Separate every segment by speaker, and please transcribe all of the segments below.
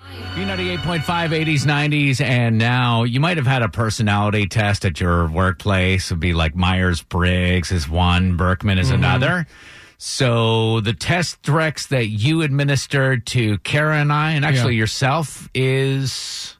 Speaker 1: B98.5, 80s, 90s, and now you might have had a personality test at your workplace. It'd be like Myers Briggs is one, Berkman is another. So the test directs that you administered to Kara and I, and actually yourself, is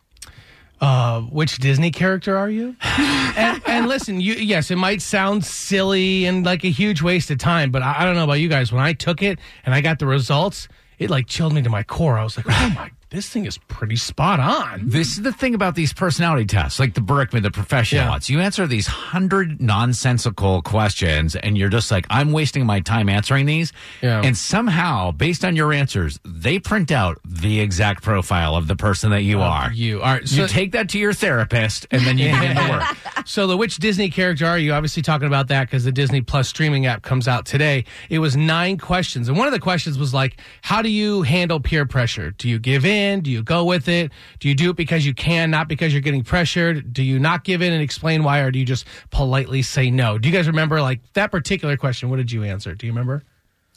Speaker 2: uh, which Disney character are you? and, and listen, you yes, it might sound silly and like a huge waste of time, but I, I don't know about you guys. When I took it and I got the results, it like chilled me to my core. I was like, oh my, this thing is pretty spot on.
Speaker 1: This is the thing about these personality tests, like the Berkman, the professional
Speaker 2: Yeah.
Speaker 1: ones. You answer these hundred nonsensical questions, and you're just like, I'm wasting my time answering these.
Speaker 2: Yeah.
Speaker 1: And somehow, based on your answers, they print out the exact profile of the person that you are.
Speaker 2: You all right? So,
Speaker 1: you take that to your therapist, and then you begin to work.
Speaker 2: so the which Disney character are you? Obviously talking about that because the Disney Plus streaming app comes out today. It was nine questions, and one of the questions was like, how do you handle peer pressure? Do you give in? Do you go with it? Do you do it because you can, not because you're getting pressured? Do you not give in and explain why, or do you just politely say no? Do you guys remember like that particular question? What did you answer? Do you remember?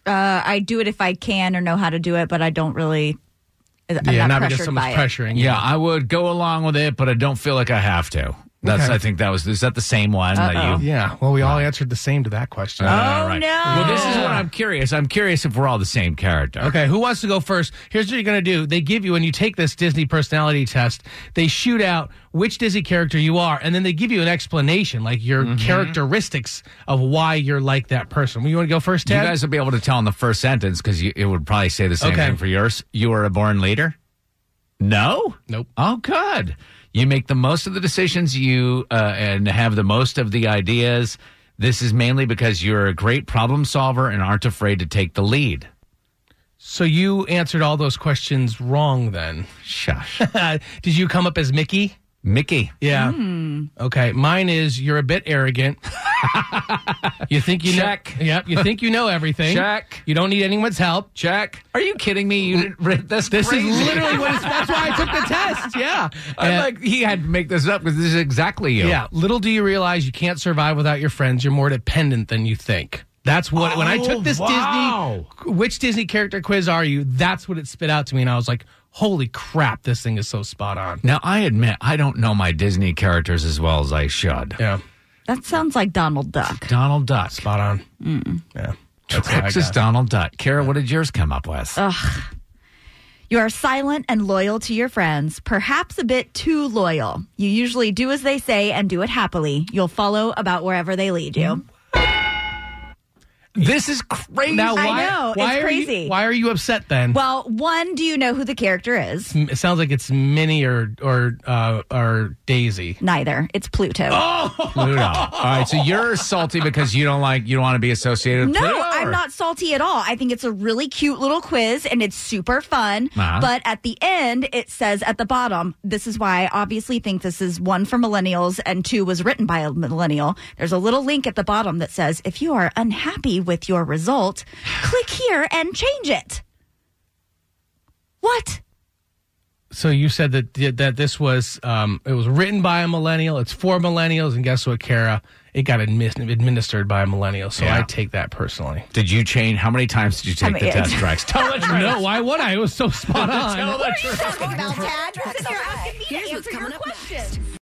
Speaker 3: Uh, I do it if I can or know how to do it, but I don't really. I'm not, pressured
Speaker 2: because
Speaker 3: by
Speaker 2: someone's
Speaker 3: it.
Speaker 2: pressuring. you.
Speaker 1: Yeah, I would go along with it, but I don't feel like I have to. That's.
Speaker 2: Okay.
Speaker 1: I think that was. Is that the same one that you?
Speaker 2: Yeah. Well, we all answered the same to that question.
Speaker 1: All right.
Speaker 3: no.
Speaker 1: Well, this is what I'm curious. I'm curious if we're all the same character.
Speaker 2: Okay, who wants to go first? Here's what you're going to do. They give you, when you take this Disney personality test, they shoot out which Disney character you are, and then they give you an explanation, like your
Speaker 1: Mm-hmm.
Speaker 2: characteristics of why you're like that person. Well, You want to go first,
Speaker 1: You
Speaker 2: Ted?
Speaker 1: guys will be able to tell in the first sentence because it would probably say the same
Speaker 2: Okay.
Speaker 1: thing for yours. You are a born leader? No?
Speaker 2: Nope.
Speaker 1: Oh, good. You make the most of the decisions you uh, and have the most of the ideas. This is mainly because you're a great problem solver and aren't afraid to take the lead.
Speaker 2: so you answered all those questions wrong then.
Speaker 1: Shush.
Speaker 2: Did you come up as Mickey?
Speaker 1: Mickey.
Speaker 2: Yeah. Okay. Mine is you're a bit arrogant. you think you
Speaker 1: Check.
Speaker 2: know Yep, you think you know everything.
Speaker 1: Check.
Speaker 2: You don't need anyone's help.
Speaker 1: Check. Are you kidding me? You didn't read this.
Speaker 2: This
Speaker 1: crazy.
Speaker 2: is literally what it's, that's why I took the test. Yeah.
Speaker 1: I'm
Speaker 2: And-
Speaker 1: like, he had to make this up because this is exactly you.
Speaker 2: Yeah. Little do you realize you can't survive without your friends. You're more dependent than you think. That's what when I
Speaker 1: Oh,
Speaker 2: took this
Speaker 1: wow.
Speaker 2: Disney which Disney character quiz are you? That's what it spit out to me and I was like, "Holy crap, this thing is so spot on."
Speaker 1: Now, I admit, I don't know my Disney characters as well as I should.
Speaker 2: Yeah.
Speaker 3: That sounds like Donald Duck.
Speaker 1: Donald Duck.
Speaker 2: Spot on. Yeah. That's what I
Speaker 1: Texas
Speaker 2: got.
Speaker 1: Donald Duck. Kara, what did yours come up with?
Speaker 3: Oh. You are silent and loyal to your friends, perhaps a bit too loyal. You usually do as they say and do it happily. You'll follow about wherever they lead you.
Speaker 1: this is crazy.
Speaker 2: Now,
Speaker 3: I
Speaker 2: why,
Speaker 3: know, it's
Speaker 2: why are
Speaker 3: crazy.
Speaker 2: You, why are you upset then?
Speaker 3: Well, one, do you know who the character is?
Speaker 2: it sounds like it's Minnie or or uh, or Daisy.
Speaker 3: Neither. It's Pluto.
Speaker 2: Oh,
Speaker 1: Pluto. All right, so you're salty because you don't like you don't want to be associated with
Speaker 3: No,
Speaker 1: Pluto.
Speaker 3: I'm
Speaker 1: or-
Speaker 3: not salty at all. I think it's a really cute little quiz and it's super fun.
Speaker 1: Uh-huh.
Speaker 3: But at the end, it says at the bottom, this is why I obviously think this is one for millennials and two was written by a millennial. There's a little link at the bottom that says, if you are unhappy with your result, click here and change it. What?
Speaker 2: So you said that that this was um, it was written by a millennial. It's for millennials, and guess what, Kara? It got admis- administered by a millennial. So
Speaker 1: Yeah.
Speaker 2: I take that personally.
Speaker 1: Did you change? How many times did you take
Speaker 3: How
Speaker 1: the
Speaker 3: many-
Speaker 1: test tracks? Tell the truth.
Speaker 2: No, why would I? It was so spot on.
Speaker 1: Tell the truth.
Speaker 3: About Dad, you're asking me to answer your question.